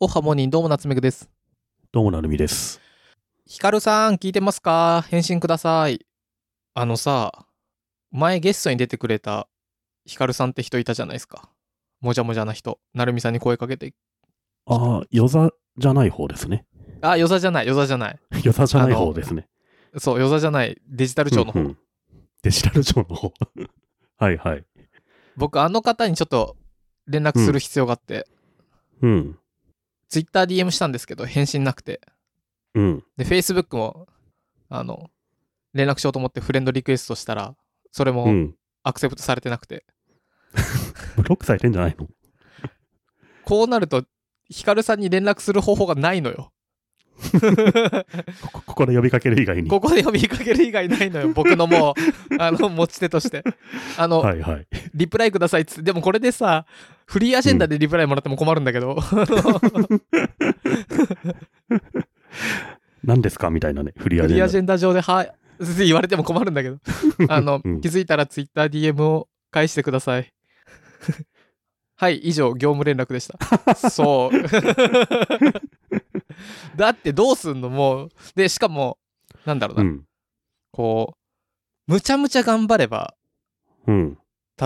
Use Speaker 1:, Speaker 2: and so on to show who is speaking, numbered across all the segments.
Speaker 1: おはモーニンどうも夏目くです。
Speaker 2: どうもなるみです。
Speaker 1: ヒカルさん聞いてますか返信ください。あのさ、前ゲストに出てくれたヒカルさんって人いたじゃないですか。もじゃもじゃな人。なるみさんに声かけて。
Speaker 2: ああ、よざじゃない方ですね。
Speaker 1: あ、よざじゃない、よざじゃない。
Speaker 2: よざじゃない方ですね。
Speaker 1: そう、よざじゃない。デジタル庁の方。
Speaker 2: うんうんデジタル庁の方。 はいはい。
Speaker 1: 僕、あの方にちょっと連絡する必要があって、
Speaker 2: うん。
Speaker 1: TwitterDM したんですけど、返信なくて。
Speaker 2: うん。
Speaker 1: で、Facebook も、あの、連絡しようと思ってフレンドリクエストしたら、それ
Speaker 2: う
Speaker 1: も
Speaker 2: ん。
Speaker 1: アクセプトされてなくて。
Speaker 2: ブロックされてんじゃないの
Speaker 1: こうなると、ヒカルさんに連絡する方法がないのよ。
Speaker 2: ここここで呼びかける以外に。
Speaker 1: ここで呼びかける以外ない のよ。僕のもう、あの、持ち手として。あの、
Speaker 2: はいはい。
Speaker 1: リプライくださいっつって、でもこれでさ、フリーアジェンダでリプライもらっても困るんだけど、
Speaker 2: 何ですかみたいなね。フリー
Speaker 1: フ
Speaker 2: アジ
Speaker 1: リー
Speaker 2: ェ
Speaker 1: ア
Speaker 2: ンダ
Speaker 1: ジェンダ上で、はい、言われても困るんだけ ど、あの、
Speaker 2: うん
Speaker 1: 気づいたら TwitterDM を返してください。 はい、以上、業務連絡で した。そう。 だってどうすんのもう。で、しかも、なんだろうな。
Speaker 2: うん。
Speaker 1: こう、むちゃむちゃ頑張れば、
Speaker 2: うん。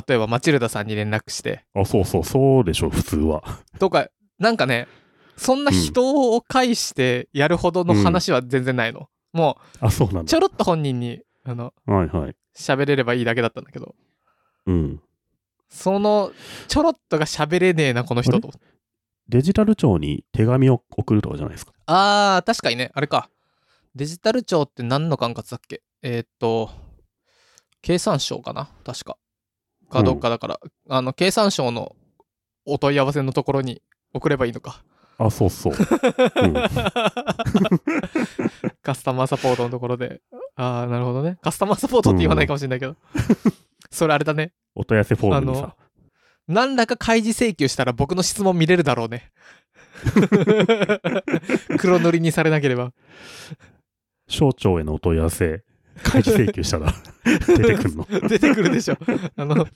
Speaker 1: 例えばマチルダさんに連絡して、
Speaker 2: あ、そうそう、そうでしょ、普通は。
Speaker 1: とか、なんかね、そんな人を介してやるほどの話は全然ないの。も
Speaker 2: あ、そうなん
Speaker 1: う、ちょ
Speaker 2: だ。
Speaker 1: ろっと本人に、あの、
Speaker 2: はいはい。
Speaker 1: 喋れればいいだけだったんだけど、
Speaker 2: うん。
Speaker 1: その、ちょろっとが喋れねえな、この人と。
Speaker 2: デジタル庁に手紙を送るとかじゃないですか。
Speaker 1: あー、確かにね、あれか。デジタル庁って何の管轄だっけえーっと、経産省かな確か。かどっかだから、あの、経産省のお問い合わせのところに送ればいいのか。
Speaker 2: あ、そ うそう。うん
Speaker 1: カスタマーサポートのところで。ああ、なるほどね。カスタマーサポートって言わないかもしれないけど。それあれだね。
Speaker 2: お問い合わせフォームにさ。
Speaker 1: 何らか開示請求したら僕の質問見れるだろうね。黒塗りにされなければ。
Speaker 2: 省庁へのお問い合わせ、開示請求したら 出てくんの。
Speaker 1: 出てくるでしょ。あ の、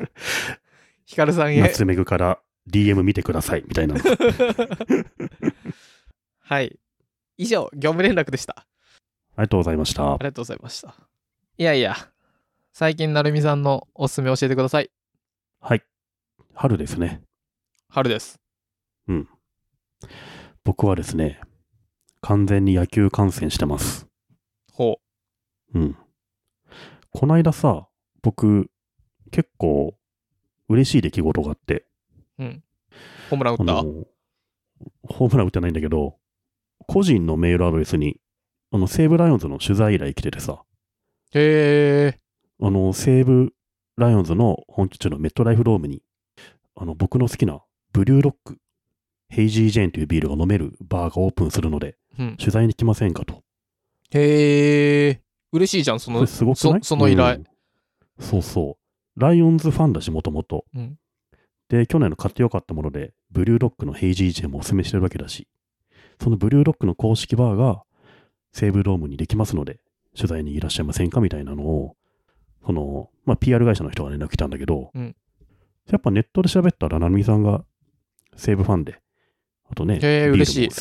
Speaker 1: ヒカルさんへ。
Speaker 2: 夏めぐから DM 見てくださいみた いなの
Speaker 1: はい。以上、業務連絡でした。
Speaker 2: ありがとうございました
Speaker 1: ありがとうございました。いやいや、最近なるみさんのおすすめ教えてください。
Speaker 2: はい春ですね
Speaker 1: 春です。
Speaker 2: 僕はですね完全に野球観戦してます
Speaker 1: ほ
Speaker 2: うんこないださ僕結構嬉しい出来事があって
Speaker 1: う。うん。ホームラン打
Speaker 2: あ
Speaker 1: った
Speaker 2: のホームラン打ってないんだけど個人のメールアドレスにあの西武ライオンズの取材依頼来ててさ
Speaker 1: へえ。
Speaker 2: あの、西武ライオンズの本拠地のメットライフドームに、あの、僕の好きなブリューロック、ヘイジージェーンというビールが飲めるバーがオープンするので、
Speaker 1: うん、
Speaker 2: 取材に来ませんかと。
Speaker 1: へえ。嬉しいじゃん、そ
Speaker 2: こ
Speaker 1: の
Speaker 2: れ。すごくない
Speaker 1: そその依頼
Speaker 2: うんそうそう。ライオンズファンだし、もともと。
Speaker 1: うん
Speaker 2: で、去年の買ってよかったもので、ブリューロックのヘイジージェーンもおすすめしてるわけだし、そのブリューロックの公式バーが西武ドームにできますので、取材にいらっしゃいませんかみたいなのを、その、まあ、PR 会社の人が連絡来たんだけど、
Speaker 1: うん
Speaker 2: やっぱネットで喋ったら、ななみさんが西武ファンで、あとね、ビ
Speaker 1: へー
Speaker 2: ールも
Speaker 1: 嬉しい
Speaker 2: 好き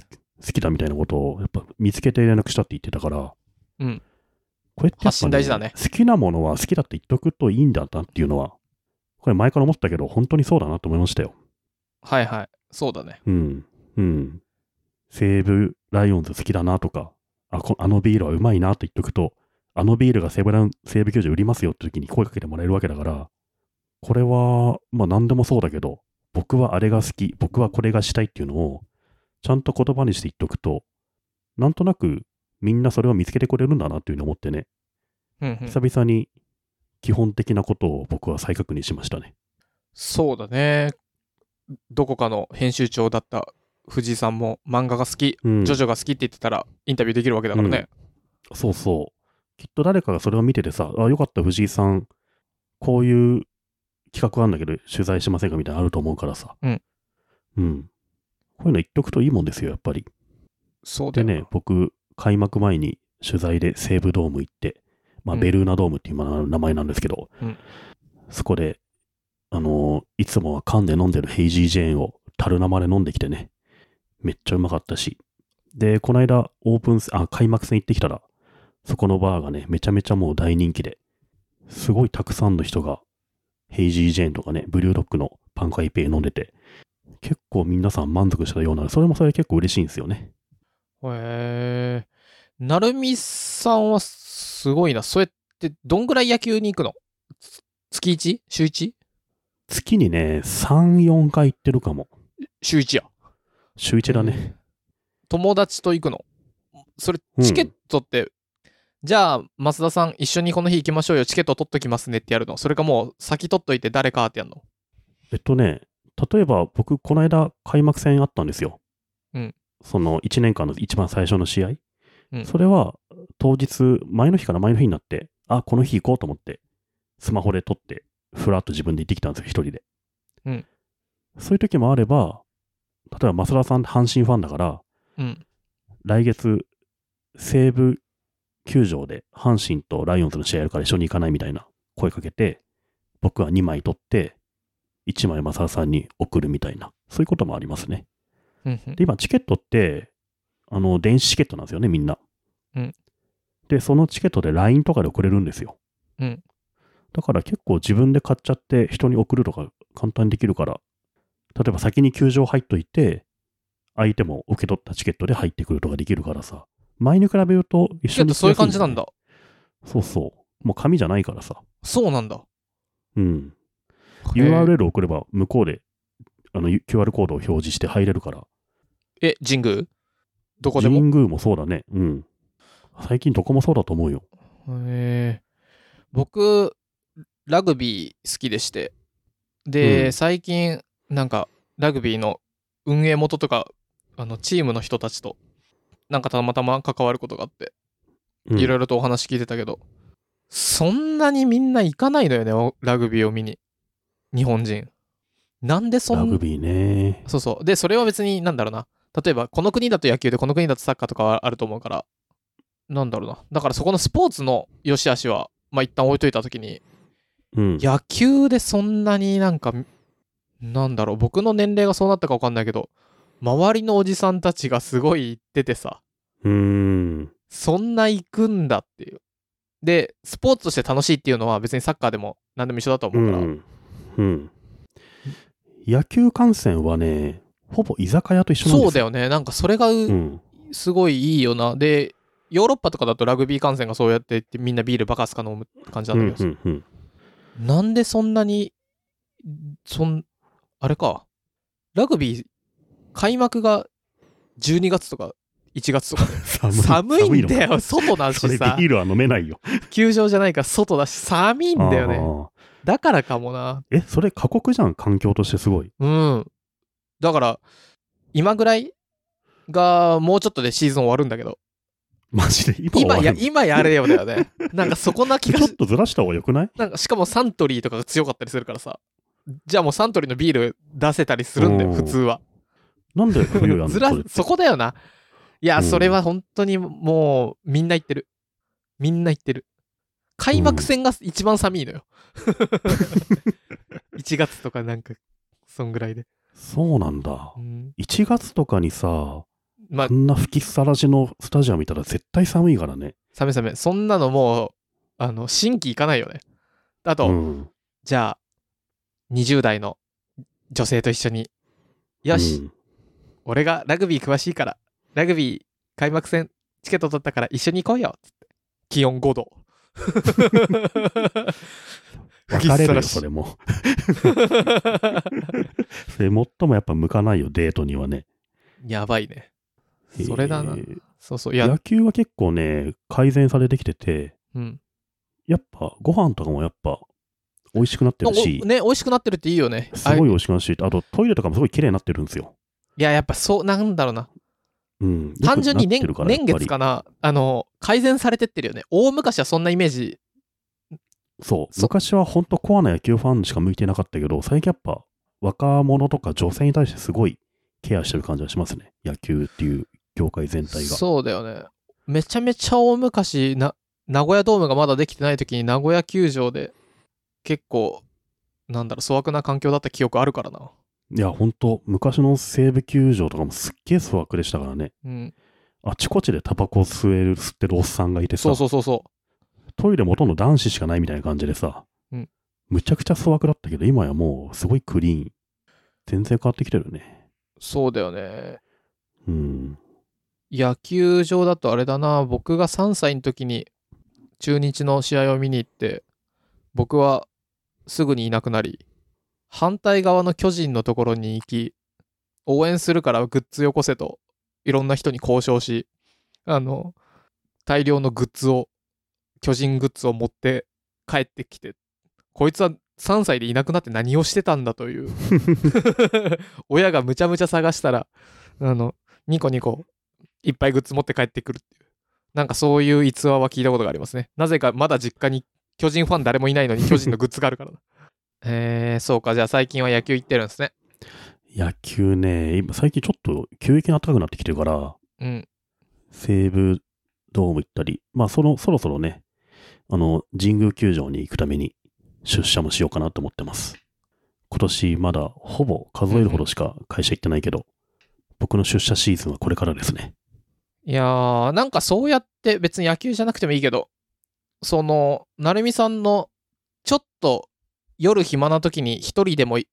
Speaker 2: 好きだみたいなことを、やっぱ見つけて連絡したって言ってたから、
Speaker 1: うん
Speaker 2: これってやっぱ、
Speaker 1: 発信大事だね
Speaker 2: 好きなものは好きだって言っとくといいんだなっていうのは、これ前から思ったけど、本当にそうだなと思いましたよ。
Speaker 1: はいはい。そうだね。
Speaker 2: うん。うん。西武ライオンズ好きだなとか、あこあのビールはうまいなって言っとくと、あのビールが西武ライオン西武球場売りますよって時に声かけてもらえるわけだから、これは、まあ何でもそうだけど、僕はあれが好き、僕はこれがしたいっていうのを、ちゃんと言葉にして言っとくと、なんとなくみんなそれを見つけてくれるんだなっていうのを思ってね、
Speaker 1: うん、うん。
Speaker 2: 久々に基本的なことを僕は再確認しましたね。
Speaker 1: そうだね。どこかの編集長だった藤井さんも漫画が好き、
Speaker 2: うん
Speaker 1: ジョジョが好きって言ってたらインタビューできるわけだからね。
Speaker 2: そうそう。きっと誰かがそれを見ててさ、あ、よかった、藤井さん、こういう企画あるんだけど、取材しませんかみたいなのあると思うからさ。
Speaker 1: うん。
Speaker 2: うん。こういうの言っとくといいもんですよ、やっぱり。
Speaker 1: そうだ
Speaker 2: で
Speaker 1: よ
Speaker 2: ね、僕、開幕前に取材で西武ドーム行って、まあ、
Speaker 1: うん
Speaker 2: ベルーナドームっていう今の名前なんですけど、
Speaker 1: うん
Speaker 2: そこで、あのーいつもは缶で飲んでるヘイジージェーンを樽生で飲んできてね、めっちゃうまかったし。で、この間、オープンス、あ、開幕戦行ってきたら、そこのバーがね、めちゃめちゃもう大人気で、すごいたくさんの人が、ヘイジー・ジェーンとかね、ブリュードックのパンカイペイ飲んでて、結構皆さん満足したようなので、それもそれで結構嬉しいんですよね。
Speaker 1: へえ。なるみさんはすごいな。そうやって、どんぐらい野球に行くのつ月 1? 週 1?
Speaker 2: 月にね、3、4回行ってるかも。
Speaker 1: 週1や。
Speaker 2: 週1だね。
Speaker 1: 友達と行くの。それ、チケットって、じゃあ、増田さん、一緒にこの日行きましょうよ。チケット取っときますねってやるの。それかもう、先取っといて誰かってやるの。
Speaker 2: えっとね、例えば僕、この間、開幕戦あったんですよ。
Speaker 1: うん
Speaker 2: その1年間の一番最初の試合。
Speaker 1: うん
Speaker 2: それは、当日、前の日から前の日になって、あ、この日行こうと思って、スマホで撮って、ふらっと自分で行ってきたんですよ、一人で。
Speaker 1: うん
Speaker 2: そういう時もあれば、例えば、増田さん、阪神ファンだから、
Speaker 1: うん。
Speaker 2: 来月、西武球場で阪神とライオンズの試合やるから一緒に行かないみたいな声かけて、僕は2枚取って、1枚正田さんに送るみたいな、そういうこともありますね。
Speaker 1: うんうん
Speaker 2: で、今、チケットって、あの、電子チケットなんですよね、みんな。
Speaker 1: うん
Speaker 2: で、そのチケットで LINE とかで送れるんですよ。
Speaker 1: うん
Speaker 2: だから結構自分で買っちゃって人に送るとか簡単にできるから、例えば先に球場入っといて、相手も受け取ったチケットで入ってくるとかできるからさ、前に比べると一
Speaker 1: チケ
Speaker 2: 緒
Speaker 1: ッ
Speaker 2: に
Speaker 1: トそういう感じなんだ。
Speaker 2: そうそう。もう紙じゃないからさ。
Speaker 1: そうなんだ。
Speaker 2: うん。
Speaker 1: へえ
Speaker 2: URL 送れば向こうであの QR コードを表示して入れるから。
Speaker 1: え、神宮どこでも
Speaker 2: 神宮もそうだね。うん。最近どこもそうだと思うよ。
Speaker 1: へえ僕ラグビー好きでしてで、
Speaker 2: うん
Speaker 1: 最近なんかラグビーの運営元とかあのチームの人たちとなんかたまたま関わることがあって
Speaker 2: うん
Speaker 1: いろいろとお話聞いてたけど、そんなにみんな行かないのよねおラグビーを見に日本人なんでそ
Speaker 2: ラ
Speaker 1: ん
Speaker 2: グビーね。
Speaker 1: そうそうでそれは別になんだろうな例えばこの国だと野球でこの国だとサッカーとかはあると思うからなんだろうなだからそこのスポーツの良し悪しはまあ一旦置いといた時に
Speaker 2: うん。
Speaker 1: 野球でそんなになんかなんだろう僕の年齢がそうなったか分かんないけど周りのおじさんたちがすごい行っててさ
Speaker 2: うーん。
Speaker 1: そんな行くんだっていうでスポーツとして楽しいっていうのは別にサッカーでも何でも一緒だと
Speaker 2: う
Speaker 1: 思うから、
Speaker 2: ん。うん。野球観戦はね、ほぼ居酒屋と一緒なんです
Speaker 1: そうだ。よねなんかそれがう
Speaker 2: うん。
Speaker 1: すごいいいよな。で、ヨーロッパとかだとラグビー観戦がそうやってってみんなビールバカすか飲む感じ
Speaker 2: う
Speaker 1: なん
Speaker 2: ん
Speaker 1: だけど
Speaker 2: う
Speaker 1: さ、
Speaker 2: んうん。
Speaker 1: なんでそんなに、そん、あれか、ラグビー開幕が12月とか1月とかで
Speaker 2: 寒
Speaker 1: 寒いんだ
Speaker 2: 寒
Speaker 1: よ、外だ
Speaker 2: のそ
Speaker 1: し
Speaker 2: れビ
Speaker 1: さ、
Speaker 2: ールは飲めないよ。
Speaker 1: 球場じゃないから外だし、寒いんだよね。
Speaker 2: ああ
Speaker 1: だからかもな。
Speaker 2: え、それ過酷じゃん、環境としてすごい。
Speaker 1: うん。だから、今ぐらいがもうちょっとでシーズン終わるんだけど、
Speaker 2: マジで今
Speaker 1: 今
Speaker 2: 終わ
Speaker 1: や
Speaker 2: る、
Speaker 1: 今やれよだよね。なんかそこな気
Speaker 2: ち
Speaker 1: が
Speaker 2: ょっ
Speaker 1: し
Speaker 2: とずらした方がよくない
Speaker 1: なんかしかもサントリーとかが強かったりするからさじゃあもうサントリーのビール出せたりするんだよ
Speaker 2: うん
Speaker 1: 普通は
Speaker 2: なんで冬やんの
Speaker 1: ずら
Speaker 2: それ
Speaker 1: そこだよないや、
Speaker 2: うん
Speaker 1: それは本当にもうみんな言ってるみんな言ってる開幕戦が一番寒いのよ、1月と かなんかそんぐらいで、
Speaker 2: そうなんだ
Speaker 1: う。ん
Speaker 2: 1月とかにさ、
Speaker 1: まあ
Speaker 2: こんな吹きさらしのスタジアムいたら絶対寒いからね。
Speaker 1: サメサメそんなのもうあの新規いかないよねあと、
Speaker 2: うん。
Speaker 1: じゃあ20代の女性と一緒によし、
Speaker 2: うん
Speaker 1: 俺がラグビー詳しいから、ラグビー開幕戦チケット取ったから一緒に行こうよっつって。気温5度。
Speaker 2: 分
Speaker 1: 吹き
Speaker 2: かれ
Speaker 1: さ
Speaker 2: る
Speaker 1: ら
Speaker 2: よ、
Speaker 1: し
Speaker 2: それも。それ、最もやっぱ向かないよ、デートにはね。
Speaker 1: やばいね。それだな
Speaker 2: え。ー
Speaker 1: そうそう。いや
Speaker 2: 野、球は結構ね、改善されてきてて、
Speaker 1: うん。
Speaker 2: やっぱご飯とかもやっぱ美味しくなってるし
Speaker 1: お、ね、美味しくなってるっていいよね。
Speaker 2: す
Speaker 1: あ
Speaker 2: ごい
Speaker 1: い
Speaker 2: 美味しくなるし、あとトイレとかもすごい綺麗になってるんですよ。
Speaker 1: や、やっぱそう、なんだろうな。
Speaker 2: うん。
Speaker 1: 単純に年
Speaker 2: よくなって
Speaker 1: 年
Speaker 2: るらやっぱ
Speaker 1: 月
Speaker 2: り
Speaker 1: かな、あの、改善されてってるよね。大昔はそんなイメージ。
Speaker 2: そう。
Speaker 1: そ
Speaker 2: 昔は本当コアな野球ファンしか向いてなかったけど、最近やっぱ若者とか女性に対してすごいケアしてる感じがしますね。野球っていう業界全体が。
Speaker 1: そうだよね。めちゃめちゃ大昔な、名古屋ドームがまだできてない時に名古屋球場で結構、なんだろう、粗悪な環境だった記憶あるからな。
Speaker 2: いや、ほんと、昔の西武球場とかもすっげえ粗悪でしたからね。
Speaker 1: うん。
Speaker 2: あちこちでタバコ吸える、吸ってるおっさんがいてさ、
Speaker 1: そうそうそうそ
Speaker 2: トイレもほとんど男子しかないみたいな感じでさ、
Speaker 1: うん
Speaker 2: むちゃくちゃ粗悪だったけど、今やもうすごいクリーン。全然変わってきてるよね。
Speaker 1: う。そうだよね。
Speaker 2: うん。
Speaker 1: 野球場だとあれだな、僕が3歳の時に中日の試合を見に行って、僕はすぐにいなくなり、反対側の巨人のところに行き、応援するからグッズよこせと、いろんな人に交渉し、あの、大量のグッズを、巨人グッズを持って帰ってきて、こいつは3歳でいなくなって何をしてたんだという、 親がむちゃむちゃ探したら、あの、ニコニコいっぱいグッズ持って帰ってくるっていう。なんかそういう逸話は聞いたことがありますね。なぜかまだ実家に巨人ファン誰もいないのに 巨人のグッズがあるからな。えー、そうか。じゃあ最近は野球行ってるんですね。
Speaker 2: 野球ね、今最近ちょっと急激に暖かくなってきてるから、
Speaker 1: うん。
Speaker 2: 西武ドーム行ったり、まあその、そろそろね、あの、神宮球場に行くために出社もしようかなと思ってます。今年まだほぼ数えるほどしか会社行ってないけど、僕の出社シーズンはこれからですね。
Speaker 1: いやー、なんかそうやって別に野球じゃなくてもいいけど、その、なるみさんのちょっと夜暇な時に一人でもい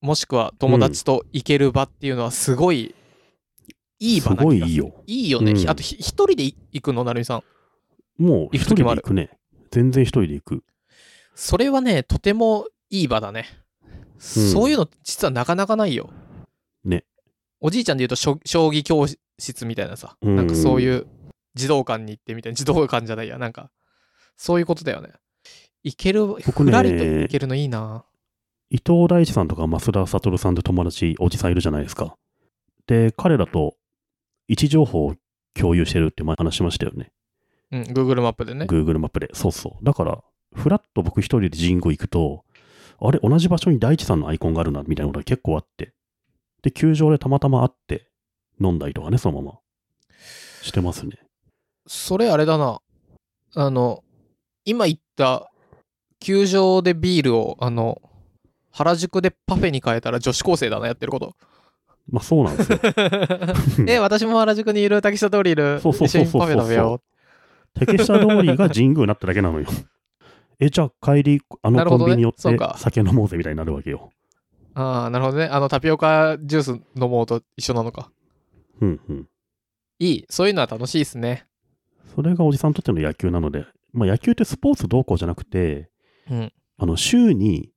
Speaker 1: もしくは友達と行ける場っていうのはすごい、いい場
Speaker 2: す
Speaker 1: な気が
Speaker 2: ご
Speaker 1: す
Speaker 2: い
Speaker 1: る
Speaker 2: いい。よ。
Speaker 1: いいよね。
Speaker 2: うん
Speaker 1: あとひ一人で行くの、なるみさん。
Speaker 2: もう一人で行くね。全然一人で行く。
Speaker 1: それはね、とてもいい場だね。そういうの、実はなかなかないよ。
Speaker 2: ね。
Speaker 1: おじいちゃんで言うと、しょ将棋教室みたいなさ、
Speaker 2: うん
Speaker 1: なんかそういう、児童館に行ってみたいな、児童館じゃないや、なんか、そういうことだよね。行ける、
Speaker 2: 僕
Speaker 1: ふ
Speaker 2: ね
Speaker 1: らりと行けるのいいな。
Speaker 2: 伊藤大地さんとか増田悟さんと友達、おじさんいるじゃないですか。で、彼らと位置情報を共有してるって前話しましたよね。
Speaker 1: うん、Google マップでね。
Speaker 2: Google マップで。そうそう。だから、フラッと僕一人で神宮行くと、あれ、同じ場所に大地さんのアイコンがあるな、みたいなことが結構あって。で、球場でたまたま会って、飲んだりとかね、そのまま。してますね。
Speaker 1: それあれだな。あの、今言った、球場でビールを、あの、原宿でパフェに変えたら女子高生だな、やってること。
Speaker 2: まあ、そうな んですよ。
Speaker 1: え、私も原宿にいる、竹下通りいる、
Speaker 2: そうそう
Speaker 1: 一
Speaker 2: そ
Speaker 1: 緒
Speaker 2: うそうそう
Speaker 1: にパフェ食べよ
Speaker 2: 竹下通りが神宮になっただけなのよ。え、じゃあ帰り、あ
Speaker 1: な
Speaker 2: の
Speaker 1: るほ
Speaker 2: コ
Speaker 1: ど
Speaker 2: ン
Speaker 1: ね
Speaker 2: ビニ寄っ
Speaker 1: そう
Speaker 2: て
Speaker 1: か
Speaker 2: 酒飲もうぜみたいになるわけよ。
Speaker 1: う。ああ、なるほどね。あの、タピオカジュース飲もうと一緒なのか。
Speaker 2: うんうん。
Speaker 1: いい。そういうのは楽しいですね。
Speaker 2: それがおじさんにとっての野球なので、まあ、野球ってスポーツどうこうじゃなくて、
Speaker 1: うん
Speaker 2: あの週に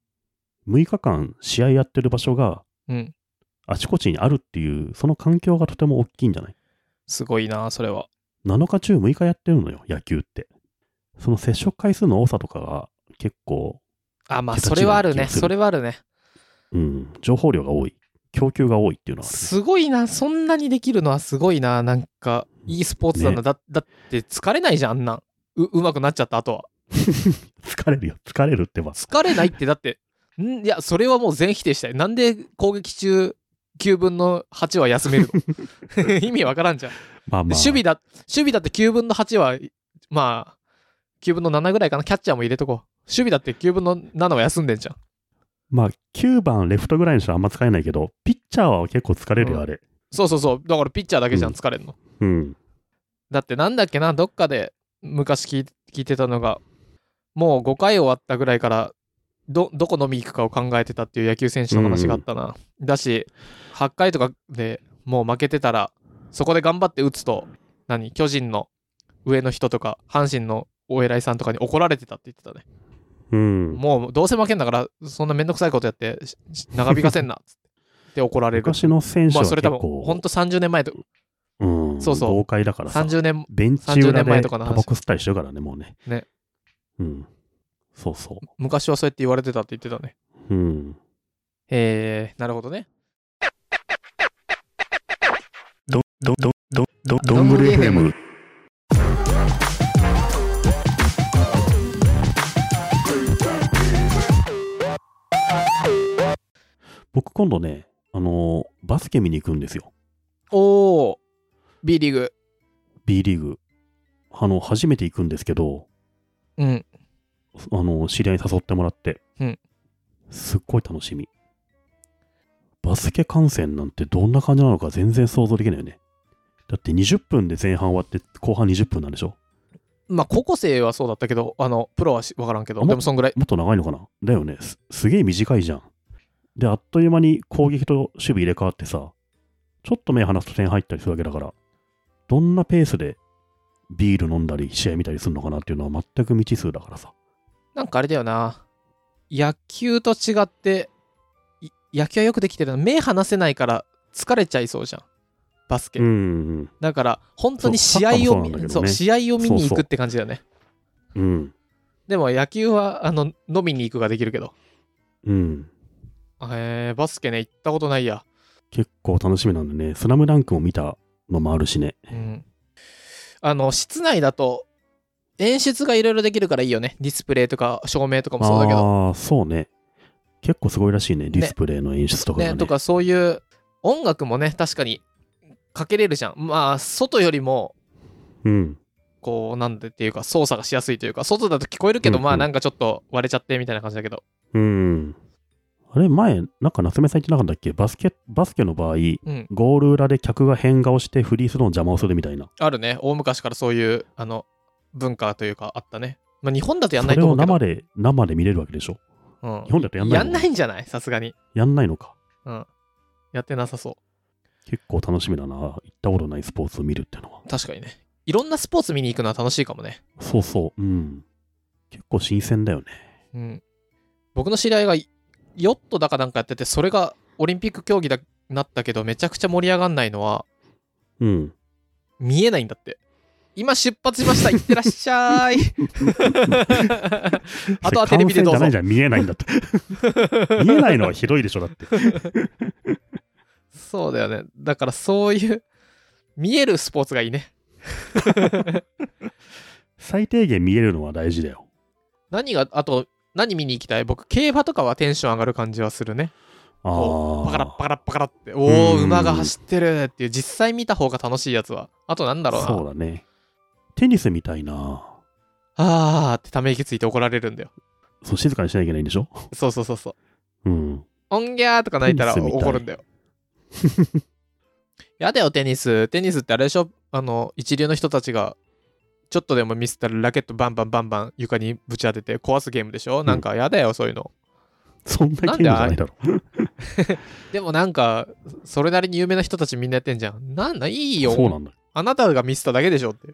Speaker 2: 6日間試合やってる場所が
Speaker 1: うん。
Speaker 2: あちこちにあるっていう、その環境がとても大きいんじゃない
Speaker 1: すごいな、それは。
Speaker 2: 7日中6日やってるのよ、野球って。その接触回数の多さとかが結構、
Speaker 1: あ、まあ、
Speaker 2: 桁
Speaker 1: それはある
Speaker 2: 違う
Speaker 1: ね。
Speaker 2: 気がする
Speaker 1: それはあるね。
Speaker 2: うん、情報量が多い、供給が多いっていうのはあるね、
Speaker 1: すごいな。そんなにできるのはすごいな。なんか、いいスポーツだな。
Speaker 2: ね
Speaker 1: だだって、疲れないじゃん、あんなん。う、うまくなっちゃった後は。
Speaker 2: 疲れるよ、疲れるってば。
Speaker 1: 疲れないって、だって、 んいや、それはもう全否定したい。なんで攻撃中、9分の8は休めるの 意味わからんじゃん。
Speaker 2: まあまあ、
Speaker 1: 守備だ、守備だって9分の8は、まあ、9分の7ぐらいかな、キャッチャーも入れとこう。守備だって9分の7は休んでんじゃん。
Speaker 2: まあ、9番レフトぐらいの人はあんま疲れないけど、ピッチャーは結構疲れる
Speaker 1: う
Speaker 2: よ、
Speaker 1: ん
Speaker 2: あれ。
Speaker 1: そうそうそう、だからピッチャーだけじゃん、
Speaker 2: うん
Speaker 1: 疲れんの。
Speaker 2: うん。
Speaker 1: だってなんだっけな、どっかで昔聞い聞いてたのが、もう5回終わったぐらいから、ど、どこ飲み行くかを考えてたっていう野球選手の話があったな。だし、8回とかでもう負けてたら、そこで頑張って打つと、何、巨人の上の人とか、阪神のお偉いさんとかに怒られてたって言ってたね。
Speaker 2: うん。
Speaker 1: もうどうせ負けんだから、そんなめんどくさいことやって、しし長引かせんなっつって。で怒られる。
Speaker 2: 昔の選手
Speaker 1: ま
Speaker 2: は
Speaker 1: あそ
Speaker 2: 結
Speaker 1: れ多分、
Speaker 2: 構、
Speaker 1: ほんと30年前と、
Speaker 2: うん、
Speaker 1: そうそう
Speaker 2: 豪快だからさ、
Speaker 1: 30年、
Speaker 2: ベンチ裏
Speaker 1: 30年
Speaker 2: で
Speaker 1: 前と
Speaker 2: タ
Speaker 1: かの話
Speaker 2: バコ吸ったりしてるからね、もうね。
Speaker 1: ね。
Speaker 2: うん。そうそ
Speaker 1: 昔はそうやって言われてたって言ってたね。
Speaker 2: う。うん。
Speaker 1: えー、なるほどね。
Speaker 2: ど、ど、ど、ど、
Speaker 1: どんぐり FM。
Speaker 2: 僕今度ね、あのーバスケ見に行くんですよ。
Speaker 1: おー、B リーグ。
Speaker 2: B リーグ。あの、初めて行くんですけど、
Speaker 1: うん。
Speaker 2: あの、知り合いに誘ってもらって、
Speaker 1: うん
Speaker 2: すっごい楽しみ。バスケ観戦なんてどんな感じなのか全然想像できないよね。だって20分で前半終わって後半20分なんでしょ
Speaker 1: まあ、高校生はそうだったけど、あの、プロはしわからんけど、
Speaker 2: あも
Speaker 1: でもそんぐらい。
Speaker 2: もっと長いのかなだよねす。すげえ短いじゃん。で、あっという間に攻撃と守備入れ替わってさ、ちょっと目離すと点入ったりするわけだから、どんなペースでビール飲んだり試合見たりするのかなっていうのは全く未知数だからさ。
Speaker 1: なんかあれだよな。野球と違って、い野球はよくできてるの。目離せないから疲れちゃいそうじゃん。バスケ。
Speaker 2: うんうん
Speaker 1: だから、本当に
Speaker 2: そう
Speaker 1: 試合を
Speaker 2: サッカーもそうなんだけど
Speaker 1: 見、
Speaker 2: ね
Speaker 1: そう、試合を見に行
Speaker 2: そう
Speaker 1: く
Speaker 2: そう
Speaker 1: って感じだよね。
Speaker 2: うん。うん。
Speaker 1: でも野球は、あの、飲みに行くができるけど。
Speaker 2: うん。
Speaker 1: えー、バスケね、行ったことないや。
Speaker 2: 結構楽しみなんでね、スラムダンクも見たのもあるしね。
Speaker 1: うん。あの、室内だと、演出がいろいろできるからいいよね。ディスプレイとか照明とかもそうだけど。
Speaker 2: ああ、そうね。結構すごいらしいね、ディスプレイの演出とかがね。
Speaker 1: ね、とかそういう音楽もね確かにかけれるじゃんまあ外よりも
Speaker 2: うん。
Speaker 1: こうなんでっていうか操作がしやすいというか外だと聞こえるけど、
Speaker 2: うんうん
Speaker 1: まあなんかちょっと割れちゃってみたいな感じだけど
Speaker 2: うん。あれ、前、なんか夏目さん言ってなかったっけバスケ、バスケの場合、
Speaker 1: うん
Speaker 2: ゴール裏で客が変顔してフリースローの邪魔をするみたいな。
Speaker 1: あるね大昔からそういうあの文化というかあったねまあ日本だとやん
Speaker 2: そ
Speaker 1: ない
Speaker 2: れ
Speaker 1: と思
Speaker 2: を
Speaker 1: うけど
Speaker 2: 生で、生で見れるわけでしょ
Speaker 1: うん
Speaker 2: 日本だとやんない
Speaker 1: や
Speaker 2: も
Speaker 1: ん
Speaker 2: ん
Speaker 1: ないんじゃないさすがに
Speaker 2: やんないのか。
Speaker 1: うんやってなさそ
Speaker 2: 結構楽しみだな。行ったことないスポーツを見るっていうのは
Speaker 1: う。確かにねいろんなスポーツ見に行くのは楽しいかもね
Speaker 2: そうそう。うん。結構新鮮だよね。
Speaker 1: うん僕の知り合いがヨットだかなんかやっててそれがオリンピック競技だなったけどめちゃくちゃ盛り上がんないのは
Speaker 2: うん。
Speaker 1: 見えないんだって今出発しましたいってらっし ゃい あとはテレビでどう
Speaker 2: そ
Speaker 1: ぞ
Speaker 2: れ感染じゃないじゃん。見えないんだって。 見えないのはひどいでしょ、だって。
Speaker 1: そうだよねだからそういう見えるスポーツがいいね
Speaker 2: 最低限見えるのは大事だよ。
Speaker 1: 何があと何見に行きたい僕競馬とかはテンション上がる感じはするね
Speaker 2: あ
Speaker 1: こうパカラッ
Speaker 2: あ。
Speaker 1: パカラッパカラッっておお
Speaker 2: うん
Speaker 1: 馬が走ってるっていう実際見た方が楽しいやつはあとなんだろうな
Speaker 2: そうだね。テニスみたいな。
Speaker 1: あーってため息ついて怒られるん だよ
Speaker 2: そう、静かにしなきゃいけないんでしょ
Speaker 1: そうそうそうそう
Speaker 2: うん。
Speaker 1: オンギャーとか泣いたら
Speaker 2: テニスみたい
Speaker 1: 怒るん だよ。やだよ、テニス。テニスってあれでしょあの、一流の人たちが、ちょっとでもミスったらラケットバンバンバンバン床にぶち当てて壊すゲームでしょなんかやだよ、そういうの。
Speaker 2: そんなゲームじゃないだろ。
Speaker 1: でもなんか、それなりに有名な人たちみんなやってんじゃん。なんだ、いいよ。
Speaker 2: そうなんだ。
Speaker 1: あなたがミスっただけでしょって。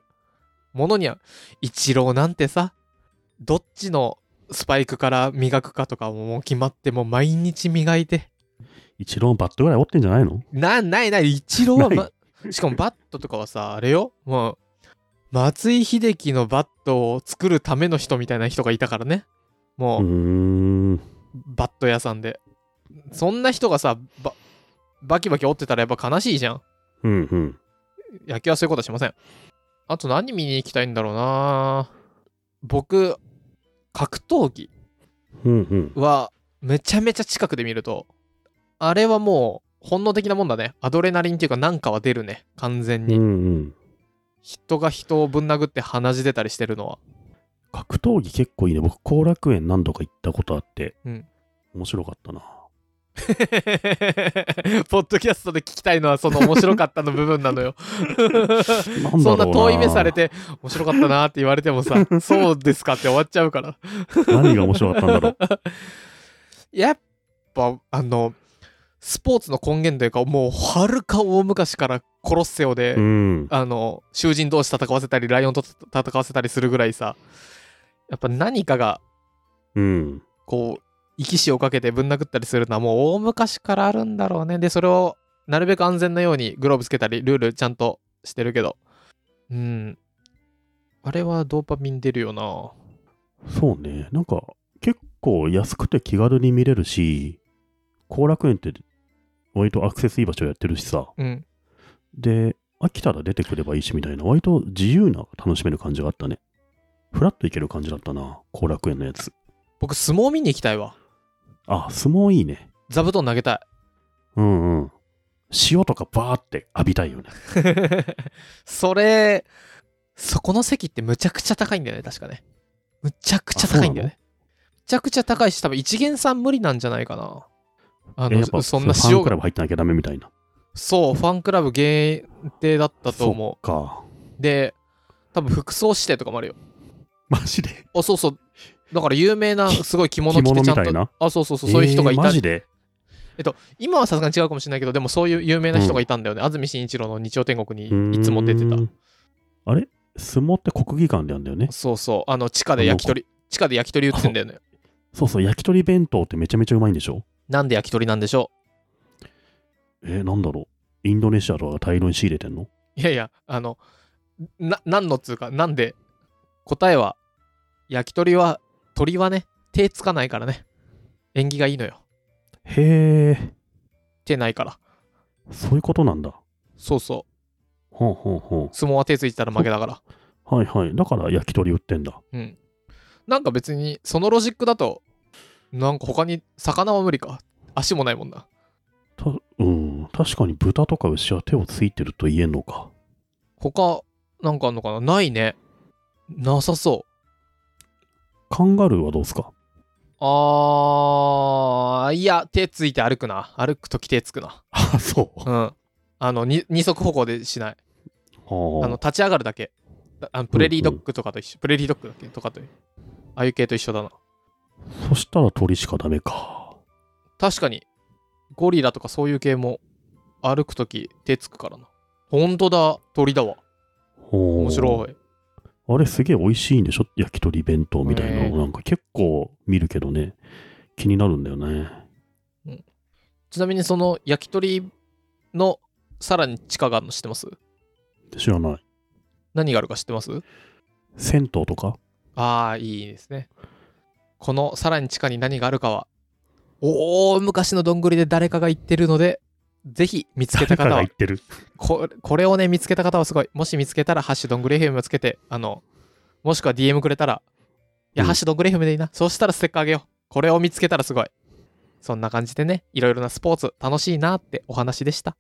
Speaker 1: ものには、一郎なんてさ、どっちのスパイクから磨くかとかももう決まって、もう毎日磨いて。
Speaker 2: 一郎バットぐらい折ってんじゃないの
Speaker 1: な、ないない、イチローは、
Speaker 2: ない
Speaker 1: ま、しかもバットとかはさ、あれよ、もう、松井秀喜のバットを作るための人みたいな人がいたからね。
Speaker 2: う
Speaker 1: も
Speaker 2: ー
Speaker 1: う、
Speaker 2: ん。
Speaker 1: バット屋さんで。そんな人がさ、ば、バキバキ折ってたらやっぱ悲しいじゃん。
Speaker 2: うんうん。
Speaker 1: 野球はそういうことはしません。あと何見に行きたいんだろうな僕、格闘技
Speaker 2: うんうん。
Speaker 1: はめちゃめちゃ近くで見ると、あれはもう本能的なもんだね。アドレナリンっていうかなんかは出るね。完全
Speaker 2: うん
Speaker 1: に
Speaker 2: う。ん。
Speaker 1: 人が人をぶん殴って鼻血出たりしてるのは
Speaker 2: 格闘技結構いいね。僕、後楽園何度か行ったことあって、
Speaker 1: うん
Speaker 2: 面白かったな。
Speaker 1: ポッドキャストで聞きたいのはその面白かったの部分なのよ
Speaker 2: なんだろうな。
Speaker 1: そんな遠い目され。て面白かったなって言われてもさそうですかって終わっちゃうから
Speaker 2: 何が面白かった んだろう。
Speaker 1: やっぱあのスポーツの根源というかもうはるか大昔からコロッセオで、
Speaker 2: うん。
Speaker 1: あの囚人同士戦わせたりライオンと戦わせたりするぐらいさやっぱ何かが
Speaker 2: うん。
Speaker 1: こう生き死をかけてぶん殴ったりするのはもう大昔からあるんだろうねでそれをなるべく安全なようにグローブつけたりルールちゃんとしてるけどうんあれはドーパミン出るよな
Speaker 2: そうね。なんか、結構安くて気軽に見れるし、後楽園って割とアクセスいい場所やってるしさ。
Speaker 1: うん
Speaker 2: で、飽きたら出てくればいいしみたいな、割と自由な楽しめる感じがあったね。フラッといける感じだったな、後楽園のやつ。
Speaker 1: 僕相撲見に行きたいわ
Speaker 2: あ、相撲いいね。
Speaker 1: 座布団投げたい
Speaker 2: うんうん。塩とかバーって浴びたいよね。
Speaker 1: それそこの席ってむちゃくちゃ高いんだよね確かねむちゃくちゃ高いんだよねむちゃくちゃ高いし多分一元さん無理なんじゃないかなあ
Speaker 2: えやっぱ
Speaker 1: の、そんな
Speaker 2: ファン
Speaker 1: 塩
Speaker 2: クラ
Speaker 1: が、
Speaker 2: ブ入ってなきゃダメみたいな。
Speaker 1: そう、ファンクラブ限定だったと思
Speaker 2: そっか。
Speaker 1: う。で、多分服装指定とかもあるよ。
Speaker 2: マジで
Speaker 1: あ、そうそう。だから有名な、すごい着物
Speaker 2: 着
Speaker 1: 着て
Speaker 2: 物
Speaker 1: ちゃ
Speaker 2: み
Speaker 1: んと。
Speaker 2: たいな。
Speaker 1: あ、そう そうそう、そういう人がい
Speaker 2: えー
Speaker 1: た
Speaker 2: マ。ジで
Speaker 1: 今はさすがに違うかもしれないけど、でもそういう有名な人がいたんだよね。安住紳一郎の日曜天国にいつも出てた
Speaker 2: うー。んあれ相撲って国技館でやんだよね。
Speaker 1: そうそう、あの、地下で焼き鳥、地下で焼き鳥売ってんだよね。
Speaker 2: そうそう、焼き鳥弁当ってめちゃめちゃうまいんでしょ
Speaker 1: なんで焼き鳥なんでしょ
Speaker 2: えー、なんだろう。インドネシアとかが大量に仕入れてんの
Speaker 1: ういやいや、あの、な、なんのっつうか、なんで、答えは、焼き鳥は、鳥はね、手つかないからね。縁起がいいのよ。
Speaker 2: へえ、
Speaker 1: 手ないから。
Speaker 2: そういうことなんだ。
Speaker 1: そうそ
Speaker 2: ほうほうほ
Speaker 1: う。相撲は手ついてたら負けだから。
Speaker 2: う。はいはい。だから焼き鳥売ってんだ。
Speaker 1: うん。なんか別に、そのロジックだと、なんか他に、魚は無理か。足もないもんな。
Speaker 2: たうん、確かに豚とか牛は手をついてると言えんのか。
Speaker 1: 他、なんかあんのかなないね。なさそう。
Speaker 2: カンガルーはどうですか
Speaker 1: あー、いや、手ついて歩くな。歩くとき手つくな。
Speaker 2: あ、そう。
Speaker 1: うん。あの、に二足歩行でしない。あ
Speaker 2: あ
Speaker 1: の、
Speaker 2: の
Speaker 1: 立ち上がるだけ。だあのプレリードッグとかと一緒。プレリードッグだっけとかと。ああいう系と一緒だな。
Speaker 2: そしたら鳥しかダメか。
Speaker 1: 確かに、ゴリラとかそういう系も歩くとき手つくからな。ほんとだ、鳥だわ。
Speaker 2: 面
Speaker 1: 面白い。
Speaker 2: い。あれすげえ美味しいんでしょ焼き鳥弁当みたいな
Speaker 1: ねえ
Speaker 2: の。なんか結構見るけどね、気になるんだよね。
Speaker 1: ちなみにその焼き鳥のさらに地下があるの知ってます
Speaker 2: 知らない。
Speaker 1: 何があるか知ってます
Speaker 2: 銭湯とか
Speaker 1: ああ、いいですね。このさらに地下に何があるかは、おー昔のどんぐりで誰かが言ってるので、ぜひ見つけた
Speaker 2: 誰か
Speaker 1: 方
Speaker 2: が
Speaker 1: は
Speaker 2: 言っ、てる。
Speaker 1: ここれをね、見つけた方はすごい。もし見つけたら、ハッシュどんぐり FM をつけて、あの、もしくは DM くれたら、いや、
Speaker 2: うん
Speaker 1: ハッシュどんぐり FM でいいな。そうしたらステッカーあげよう。これを見つけたらすごい。そんな感じでね、いろいろなスポーツ楽しいなってお話でした。